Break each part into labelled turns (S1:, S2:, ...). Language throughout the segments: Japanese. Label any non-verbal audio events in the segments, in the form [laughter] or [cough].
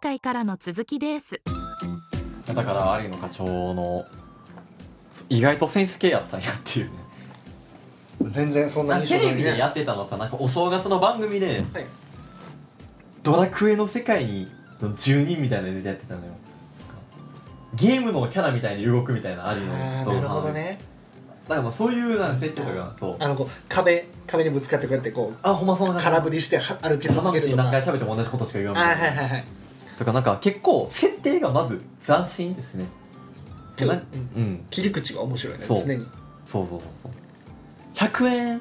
S1: 回からの続きです
S2: だから有野課長の意外とセンス系やったんやっていうね
S3: 全然そんな
S2: あ
S3: 印象
S2: テ
S3: ないね
S2: レビでやってたのさなんかお正月の番組で、
S3: はい
S2: ドラクエの世界にの住人みたいなネタやってたのよゲームのキャラみたいに動くみたいなアリの
S3: あー
S2: 動画
S3: なるほどね
S2: だからまあそういうなんか設定とかそう
S3: あのこう壁壁にぶつかってこうやってこう
S2: あほんまそんな
S3: 空
S2: 感
S3: 振りしては歩き
S2: じ
S3: 続
S2: 山
S3: ける
S2: 口
S3: とか
S2: 何
S3: あ
S2: 回喋っても同じことしか言わ
S3: ーはい
S2: な
S3: はいいはい
S2: とかなんか結構設定がまず斬新ですね
S3: けど
S2: なうん
S3: 切り口が面白いね
S2: そう
S3: 常に
S2: そうそうそうそう100円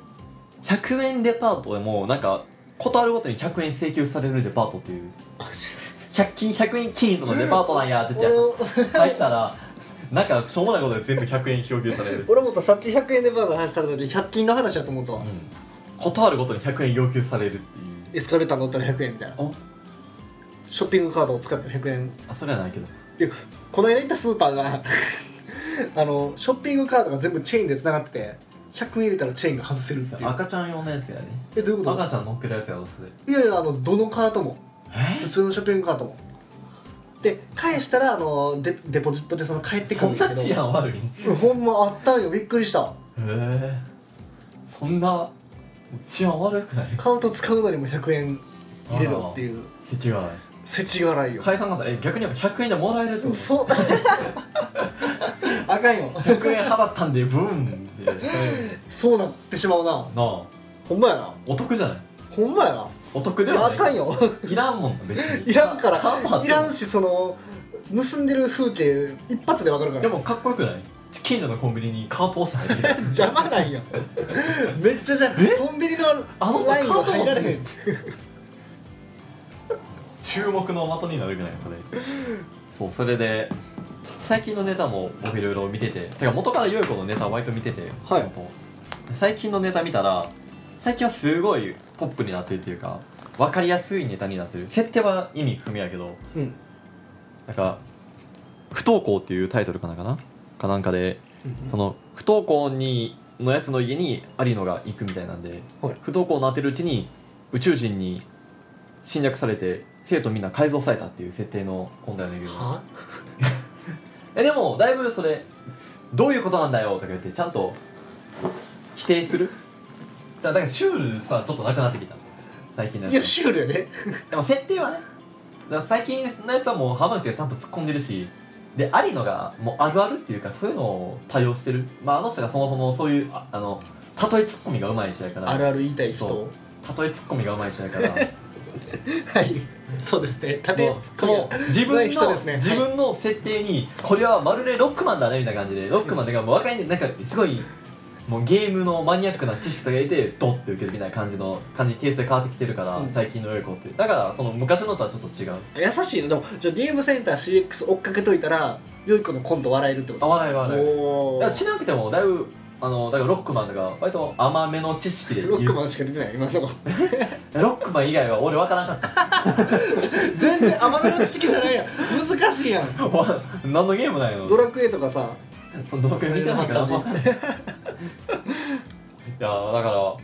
S2: 100円デパートでもなんかことあるごとに100円請求されるデパートっていう100均100円均一のデパートなんやって言
S3: 俺
S2: っ
S3: も
S2: て入ったらなんかしょうもないことで全部100円表記される、
S3: 俺もっとさっき100円でバーガー話したの時100均の話だと思ったわ、
S2: うん、ことあるごとに100円要求されるっていう
S3: エスカレーター乗ったら100円みたいな
S2: お
S3: ショッピングカードを使って100円
S2: あそれはないけど
S3: いやこの間行ったスーパーが [laughs] あのショッピングカードが全部チェーンでつながってて100円入れたらチェーンが外せるっていう
S2: 赤ちゃん用のやつやね
S3: えどういうこと
S2: 赤ちゃん乗っけるやつやろそれ
S3: いやいやあのどのカートも
S2: え
S3: 普通のショッピングカートもで返したらあのデデポジットでその返ってく
S2: そ
S3: るん
S2: ん
S3: です
S2: な
S3: け
S2: 治
S3: ど
S2: 安悪いへ
S3: うんほんまあったんよびっくりした
S2: えそんな治安悪くない
S3: カート使うのにも100円入れろっていう
S2: 世知辛い
S3: 世知辛いよ
S2: 解散方え逆にやっぱ100円でもらえるってこと
S3: そう [laughs] あかんよ
S2: 100円払ったん
S3: [laughs]
S2: でブーンってな
S3: そうなってしまうな
S2: あ
S3: ほんまやな
S2: お得じゃない
S3: ほんまやな
S2: お得
S3: い
S2: では
S3: やあ
S2: ない
S3: かんよ [laughs]
S2: いらんもん別に
S3: いらんから
S2: カバーって
S3: いらんしその盗んでる風景一発でわかるから
S2: でもかっこよくない近所のコンビニにカート押して入ってき
S3: 邪魔なんよめっちゃじゃ
S2: え
S3: コンビニの
S2: あの人
S3: ラインは入られ
S2: カ
S3: へ
S2: ー
S3: ん
S2: た注目の的になるぐらい
S3: [laughs]
S2: それそうそれで最近のネタも僕いろいろ見てててか元から良い子のネタ割と見てて、
S3: はい
S2: 本当最近のネタ見たら最近はすごいポップになってるっていうか分かりやすいネタになってる設定は意味不明やけど
S3: うん
S2: なんか「不登校」っていうタイトルかなんかなかなんかでその不登校にのやつの家に有野が行くみたいなんで、
S3: はい
S2: 不登校になってるうちに宇宙人に侵略されて生徒みんな改造されたっていう設定の今回のゲーム
S3: は
S2: えでもだいぶそれ「どういうことなんだよ」とか言ってちゃんと否定するじゃあだからシュールさちょっとなくなってきた最近の
S3: いや
S2: やつ
S3: シュールやで
S2: でも設定はねだから最近のやつはもう浜口がちゃんと突っ込んでるしで有野がもうあるあるっていうかそういうのを対応してるまああの人がそもそもそういうああの例えツッコミがうまい人やから
S3: あるある言いたい人
S2: そ
S3: は
S2: 例えツッコミがうまい人やからもう
S3: いそうですね縦突っ
S2: そ
S3: 込み
S2: の
S3: や
S2: 自
S3: うま
S2: 分
S3: い人
S2: の、
S3: ですね
S2: 自分の設定にこれはまるでロックマンだねみたいな感じでロックマンだからもう若いねなんかすごいもうゲームのマニアックな知識とか入れてドッて受けるみたいな感じの感じにテイストが変わってきてるから、
S3: うん
S2: 最近の良い子ってだからその昔のとはちょっと違う
S3: 優しいのでもじゃあ DM センター CX 追っかけといたらよい子のコント笑えるってこ
S2: あ
S3: と
S2: 笑い笑い
S3: お
S2: だ
S3: お
S2: からしなくてもだいぶあのだからロックマンとか割と甘めの知識で言う
S3: ロックマンしか出てない今のとこ
S2: ロックマン以外は俺わからなかっ
S3: 全然甘めの知識じゃないやん難しいやん
S2: た [laughs] わ何のゲームなんやろ
S3: ドラクエとかさ
S2: そのドラクエ見てないからあんま分かんないいやーだから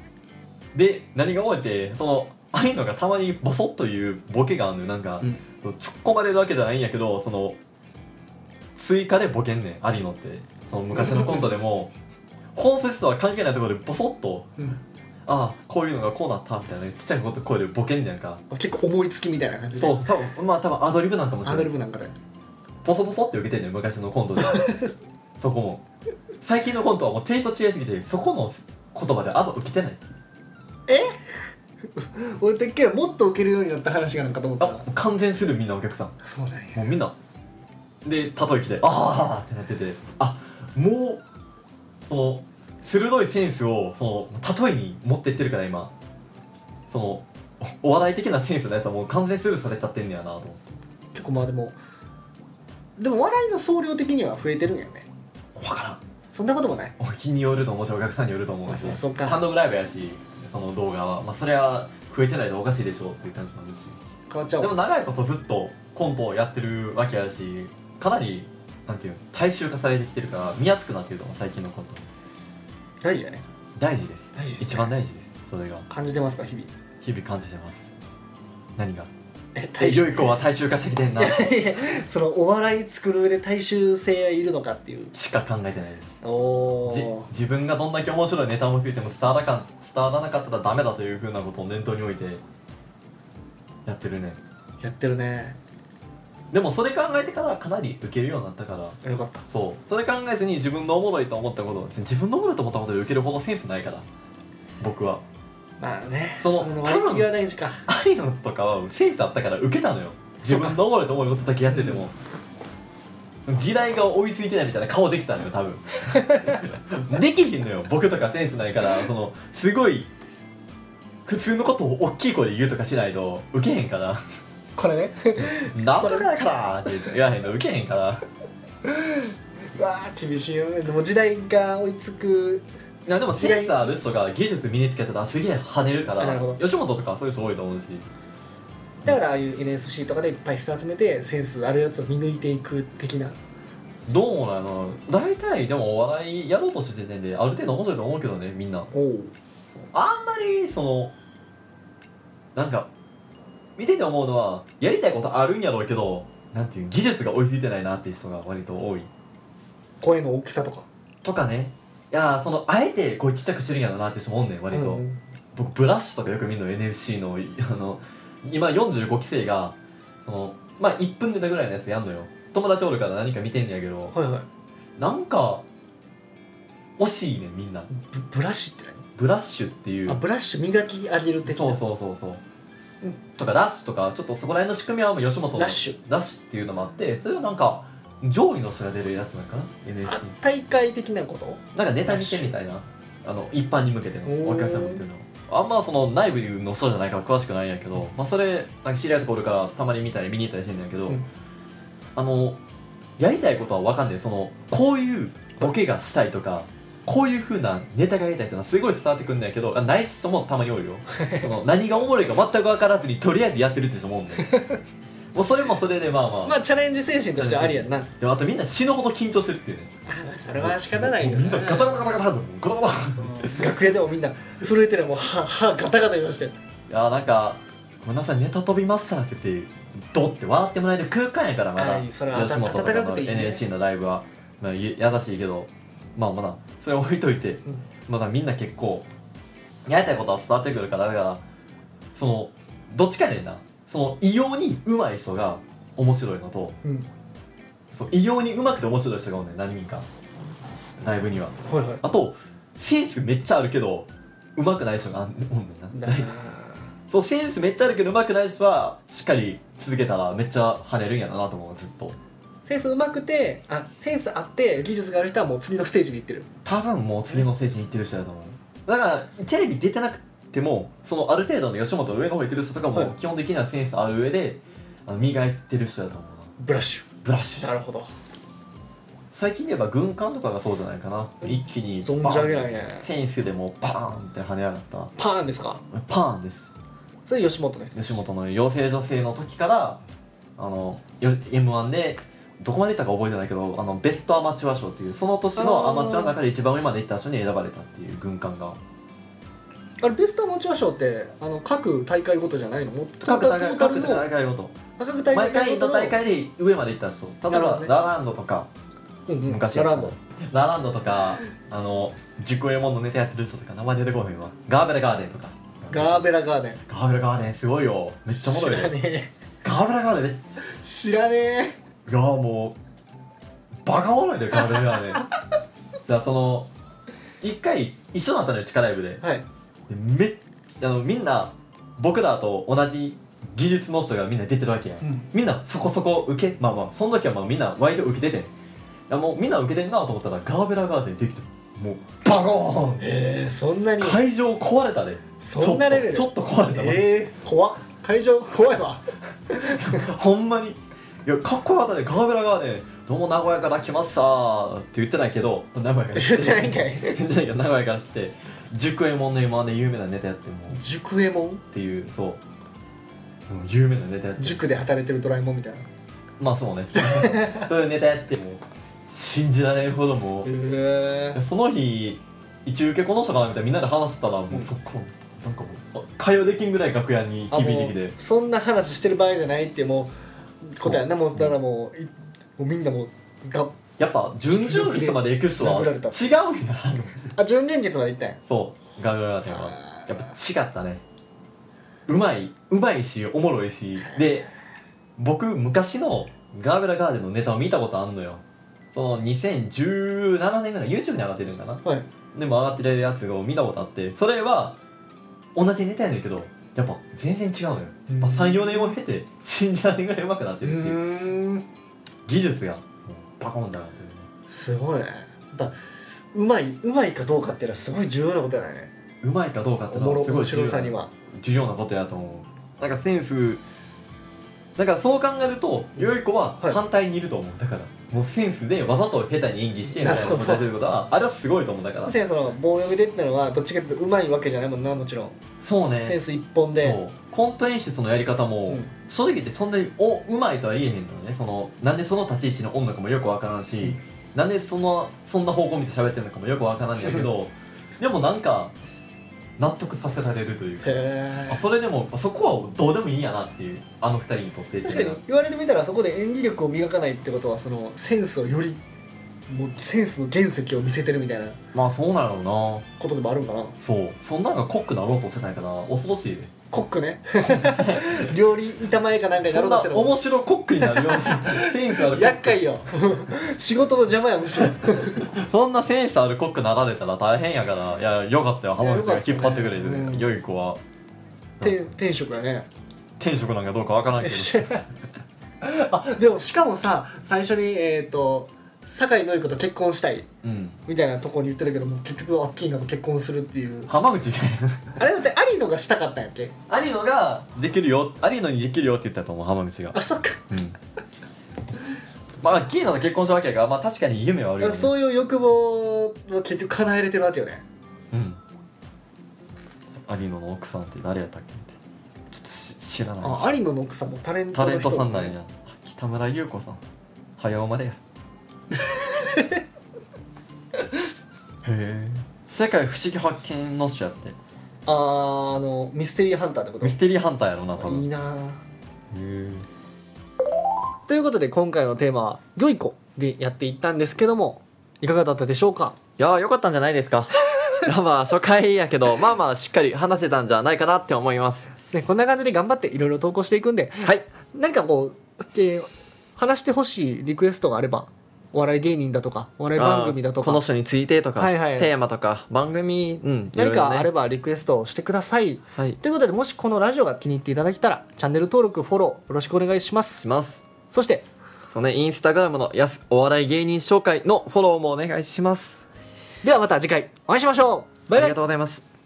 S2: で何が覚えてそのあいのがたまにボソッというボケがあるのよなんか、
S3: うん
S2: その突っ込まれるわけじゃないんやけどその追加でボケんねんありのってその昔のコントで
S3: [laughs]
S2: も本筋とは関係ないところでボソッとああこういうのがこうなったみたいなちっちゃいこと声でボケんねやんか
S3: 結構思いつきみたいな感じで
S2: そう多分まあ多分アドリブなんかもしれ
S3: ア
S2: な
S3: ドリ
S2: い
S3: ブなんかで
S2: ボソボソって受けてんねん昔のコント
S3: [laughs]
S2: でそこも最近のコントはもうテイスト違いすぎてそこの言葉であんま受けてない
S3: 俺てっきりもっと受けるようになった話がなんかと思った
S2: あ
S3: ら
S2: もう完全するみんなお客さん
S3: そうなん
S2: もう
S3: や
S2: みんなで例え来て「ああ!」ってなっててあもうその鋭いセンスをその例えに持ってってるから今そのおお笑い的なセンスのやつはもう完全スルーされちゃってんねやなと思って
S3: 結構まあでもでも笑いの総量的には増えてるんやね
S2: 分からん
S3: そんなこともない
S2: お日によると思うしお客さんによると思うし
S3: あそうそっか
S2: 単独ライブやしその動画はまあそれは増えてないとおかしいでしょうっていう感じもあるし
S3: 変わっちゃう
S2: でも
S3: わ
S2: 長いことずっとコントをやってるわけやしかなりなんていうの大衆化されてきてるから見やすくなってると思う最近のコント
S3: 大事やね
S2: 大事です
S3: 大事ですね
S2: 一番大事ですそれが
S3: 感じてますか日々
S2: 日々感じてます何が
S3: え
S2: え
S3: 大
S2: 良
S3: 衆
S2: い子は大衆化してきてんな
S3: [laughs] そのお笑い作る上で大衆性はいるのかっていう
S2: しか考えてないです
S3: お
S2: じ
S3: お
S2: 自分がどんだけ面白いネタもついても伝わらかん伝わらなかったらダメだというふうなことを念頭に置いてやってるね
S3: やってるね
S2: でもそれ考えてからかなり受けるようになったから
S3: よかった
S2: そうそれ考えずに自分のおもろいと思ったことをですね自分のおもろいと思ったことで受けるほどセンスないから僕は
S3: まあね
S2: その
S3: それの割り切りは大事か
S2: アイドルとかはセンスあったから受けたのよ自分のおもろいと思うことだけやってても時代が追いついてないみたいな顔できたのよ
S3: [laughs]
S2: 多分できひんのよ僕とかセンスないからそのすごい普通のことを大きい声で言うとかしないと受けへん
S3: [laughs]
S2: から
S3: これね
S2: 「なんとかだから!」って言わへんと受けへんから
S3: [laughs] うわあ厳しいよねでも時代が追いつく
S2: いやでもセンスある人が技術身につけてたらすげえ跳ねるか
S3: あなるほ
S2: ら
S3: ど
S2: 吉本とかそういう人多いと思うし
S3: だからああいう NSC とかでいっぱい人集めてセンスあるやつを見抜いていく的な
S2: どうなの大体でもお笑いやろうとしてる時点である程度面白いと思うけどねみんな
S3: おお
S2: あんまりそのなんか見てて思うのはやりたいことあるんやろうけどなんていう技術が追いついてないなっていう人が割と多い
S3: 声の大きさとか
S2: とかねいやーそのあえてこうちっちゃくしてるんやろうなっていう人もおんねん割と、
S3: うんうん
S2: 僕ブラッシュとかよく見るの NSC のいあの今45期生がそのまあ1分ネタぐらいのやつやんのよ友達おるから何か見てんねやけど
S3: はいはい
S2: なんか惜しいねみんな
S3: ブブラシって
S2: ブラッシュっていう
S3: 何あブラッシュ磨き上げる的な
S2: そうそうそうそうとかラッシュとかちょっとそこら辺の仕組みはもう吉本の
S3: ラッシュ
S2: ラッシュっていうのもあってそれはなんか上位の人が出るやつなんかな NSC
S3: あ大会的なこと
S2: なんかネタ見てみたいなあの一般に向けての
S3: へー
S2: お客さんに向けてのあんまその内部の人じゃないから詳しくないんやけど、まあ、それなんか知り合いとかおるからたまに見たり見に行ったりしてんだけど、
S3: うん
S2: あのやりたいことは分かんないそのこういうボケがしたいとかこういうふうなネタがやりたいっていうのはすごい伝わってくるんだけどあない人もたまにおるよその何がおもろいか全く分からずにとりあえずやってるって人もおんねんもうそれもそれでまあまあ、
S3: まあチャレンジ精神としてはありやんな
S2: でもあとみんな死ぬほど緊張してるっていうね [laughs]
S3: あそれは仕方ない
S2: も
S3: よ
S2: う
S3: な
S2: みんなガタガタガタガタガタガタ
S3: [laughs] 楽屋でもみんな震えてるもう歯歯ガタガタ言いまして
S2: いやーなんか「ごめんなさいネタ飛びました」って言ってドッて笑ってもらえる空間やからまだ
S3: はいそれは
S2: 吉本とか
S3: 温かく
S2: の
S3: ていいね
S2: NSC のライブは、まあ、ゆ優しいけどまあまだそれ置いといて、
S3: ん
S2: まだみんな結構やりたいことは伝わってくるからだからそのどっちかやねんなその異様に上手い人が面白いのと
S3: うん
S2: その異様に上手くて面白い人がおんねん何人かライブには
S3: はいはい
S2: あとセンスめっちゃあるけど上手くない人がおんねんな
S3: だな
S2: そうセンスめっちゃあるけど上手くない人はしっかり続けたらめっちゃ跳ねるんやろなと思うずっと
S3: センスうまくてあセンスあって技術がある人はもう次のステージに行ってる
S2: 多分もう次のステージに行ってる人だと思うだからテレビ出てなくてもそのある程度の吉本上の方行ってる人とか
S3: はい
S2: も基本的にはセンスある上であの磨いてる人だと思うな
S3: ブラッシュ
S2: ブラッシ
S3: な
S2: ュ
S3: るほど
S2: 最近で言えば軍艦とかがそうじゃないかな一気に
S3: 存
S2: バ
S3: じ上げ
S2: ーン
S3: ないね
S2: センスでもうパーンって跳ね上がった
S3: パーンですか
S2: パーンです
S3: それ吉本の人です
S2: 吉本の養成女性の時からあの m 1でどこまでいったか覚えてないけどあのベストアマチュア賞っていうその年のアマチュアの中で一番上までいった人に選ばれたっていう軍艦が
S3: あれベストアマチュア賞ってあの各大会ごとじゃないのもっと
S2: 各大
S3: ト
S2: 会
S3: ータル
S2: 各
S3: の
S2: 大会ごと
S3: 各大
S2: 毎
S3: 会
S2: 回
S3: ごと
S2: の
S3: の
S2: 大会で上までいった人例え
S3: なるほ
S2: ば
S3: どね
S2: ラランドとか
S3: うんうん
S2: 昔
S3: ラ
S2: やってた
S3: ランド
S2: ラランドとかあの熟衛もんのネタやってる人とか名前出てこへんわガーベラガーデンとか
S3: ガーベラガーデン
S2: ガーベラガーデンすごいよめっちゃおもろい
S3: 知ら
S2: よ
S3: ねえ
S2: ガーベラガーデンめっ
S3: 知らねえ
S2: いやーもうバカおもろいで体が
S3: [laughs]
S2: ねじゃあその一回一緒だったのよ地下ライブでで
S3: はい
S2: めっちゃあのみんな僕らと同じ技術の人がみんな出てるわけや、
S3: うん
S2: みんなそこそこ受けまあまあその時はまあみんな割と受けてていやもうみんな受けてんなと思ったらガーベラガーデンできてもうバコーン
S3: えー、そんなに
S2: 会場壊れたで
S3: そんなレベル
S2: ちょっとちょっと壊れたわ、
S3: えー、怖っ会場怖いわ
S2: ほんまにいやかっこよかったねガーベラガーデンどうも名古屋から来ましたーって言ってないけど名古屋から来
S3: 言ってないんかい
S2: 言ってないけど名古屋から来て熟衛門の m 1で有名なネタやってもうっ
S3: 塾えもん
S2: ていうそううん有名なネタやって
S3: 塾で働いてるドラえもんみたいな
S2: まあそうね [laughs] そういうネタやってもう信じられるほどもう
S3: え
S2: その日一受け子の人かなみたいなみんなで話してたらもうそこなんかもうあ会話できんぐらい楽屋に響いてき
S3: あも
S2: て
S3: うそんな話してる場合じゃないってもうことやんなもうだからもういもうみんなもうが
S2: やっぱ準々決まで行く人は
S3: 殴られた
S2: 違うんやな
S3: あ準々決まで行ったんや
S2: そうガウガウテンは
S3: あー
S2: やっぱ違ったねうまいうまいしおもろいしで僕昔のガーベラガーデンのネタを見たことあんのよその2017年ぐらい YouTube に上がってるんかな
S3: はい
S2: でも上がってるやつを見たことあってそれは同じネタやねんけどやっぱ全然違うのよ
S3: うん
S2: 34年を経て信じられんぐらいうまくなって
S3: う
S2: るっていう
S3: ーん
S2: 技術がもうバコンって上がってるね
S3: すごいねやっぱうまいうまいかどうかっていうのはすごい重要なことやね
S2: うまいかどうかって
S3: お
S2: の
S3: もろ
S2: はすご
S3: 面
S2: い重
S3: 白
S2: 要
S3: さ
S2: な
S3: には
S2: 重要なことやと思うなんかセンスだからそう考えると良い子は
S3: はい
S2: 反対にいると思う、だからもうセンスでわざと下手に演技してみたいなこと
S3: [laughs] なるほど
S2: やってることはあれはすごいと思うだから
S3: 先生その棒読みでってのはどっちかっていうとうまいわけじゃないもんなもちろん、
S2: そうね
S3: センス一本で
S2: そうコント演出のやり方も、
S3: うん
S2: 正直言ってそんなにおうまいとは言えへんのよねそのなんでその立ち位置の音楽もよくわからんし、
S3: うん
S2: なんでそのそんな方向見て喋ってるのかもよくわからんんだけどでもなんか納得させられるというか
S3: へ
S2: あ
S3: え
S2: それでもそこはどうでもいいんやなっていうあの二人にとって
S3: 確かに言われてみたらそこで演技力を磨かないってことはそのセンスをよりもうセンスの原石を見せてるみたいな
S2: まあそうなのな
S3: ことでもあるんかな
S2: そうそんなんがコックなろうとしてないかな恐ろしいね
S3: コック [laughs] ね料理板前かなんかに
S2: そ
S3: なろ
S2: ん
S3: うと
S2: な
S3: してる
S2: 面白コックになる
S3: [laughs]
S2: ようにセンスあるコック
S3: 厄介よ仕事の邪魔やむしろ
S2: そんなセンスあるコックなられたら大変やからいやよかったよ浜口が引っ張ってくれて、
S3: いやよかったねうん
S2: 良い子は
S3: 天天職やね
S2: 天職なんかどうかわからんけど
S3: あでもしかもさ最初にえっ、と酒井紀子と結婚したい
S2: うん
S3: みたいなとこに言ってるけども結局アッキーナと結婚するっていう
S2: 浜口が
S3: あれだってアリノがしたかったんやっけ
S2: アリノができるよアリノにできるよって言ったと思う浜口が
S3: あそっか
S2: うんまあキーナと結婚したわけやからまあ確かに夢はあるよね
S3: そういう欲望を結局叶えれてるわけよね
S2: うんアリノの奥さんって誰やったっけってちょっとし知らないです
S3: あアリノの奥さんもタレント
S2: タ
S3: の
S2: レン
S3: 人
S2: トさんなんや北村優子さん早生ま
S3: [laughs]
S2: れやへえ世界不思議発見の人やって
S3: あーあのミステリーハンターってこと
S2: ミステリーハンターやろな多分
S3: いい
S2: へ
S3: なあ
S2: え
S3: ということで今回のテーマは「良い子」でやっていったんですけどもいかがだったでしょうか
S2: いやーよかったんじゃないですか [laughs] まあ初回やけどまあまあしっかり話せたんじゃないかなって思います
S3: ね、こんな感じで頑張っていろいろ投稿していくんで、
S2: はい
S3: 何かこう、えー話してほしいリクエストがあれば、お笑い芸人だとか、お笑い番組だと
S2: あーこの
S3: か、
S2: 人についてとか、
S3: はいはい
S2: テーマとか番組うん
S3: 何かあれ
S2: ば
S3: ばリクエストをしてください。
S2: はい
S3: ということで、もしこのラジオが気に入っていただけたら、チャンネル登録、フォロー、よろしくお願いします
S2: し。ます
S3: そして、
S2: そのねインスタグラムのやすお笑い芸人紹介のフォローもお願いします
S3: ではまた次回お会いしましょうバイ
S2: あ
S3: バ
S2: り
S3: イ
S2: がとうございます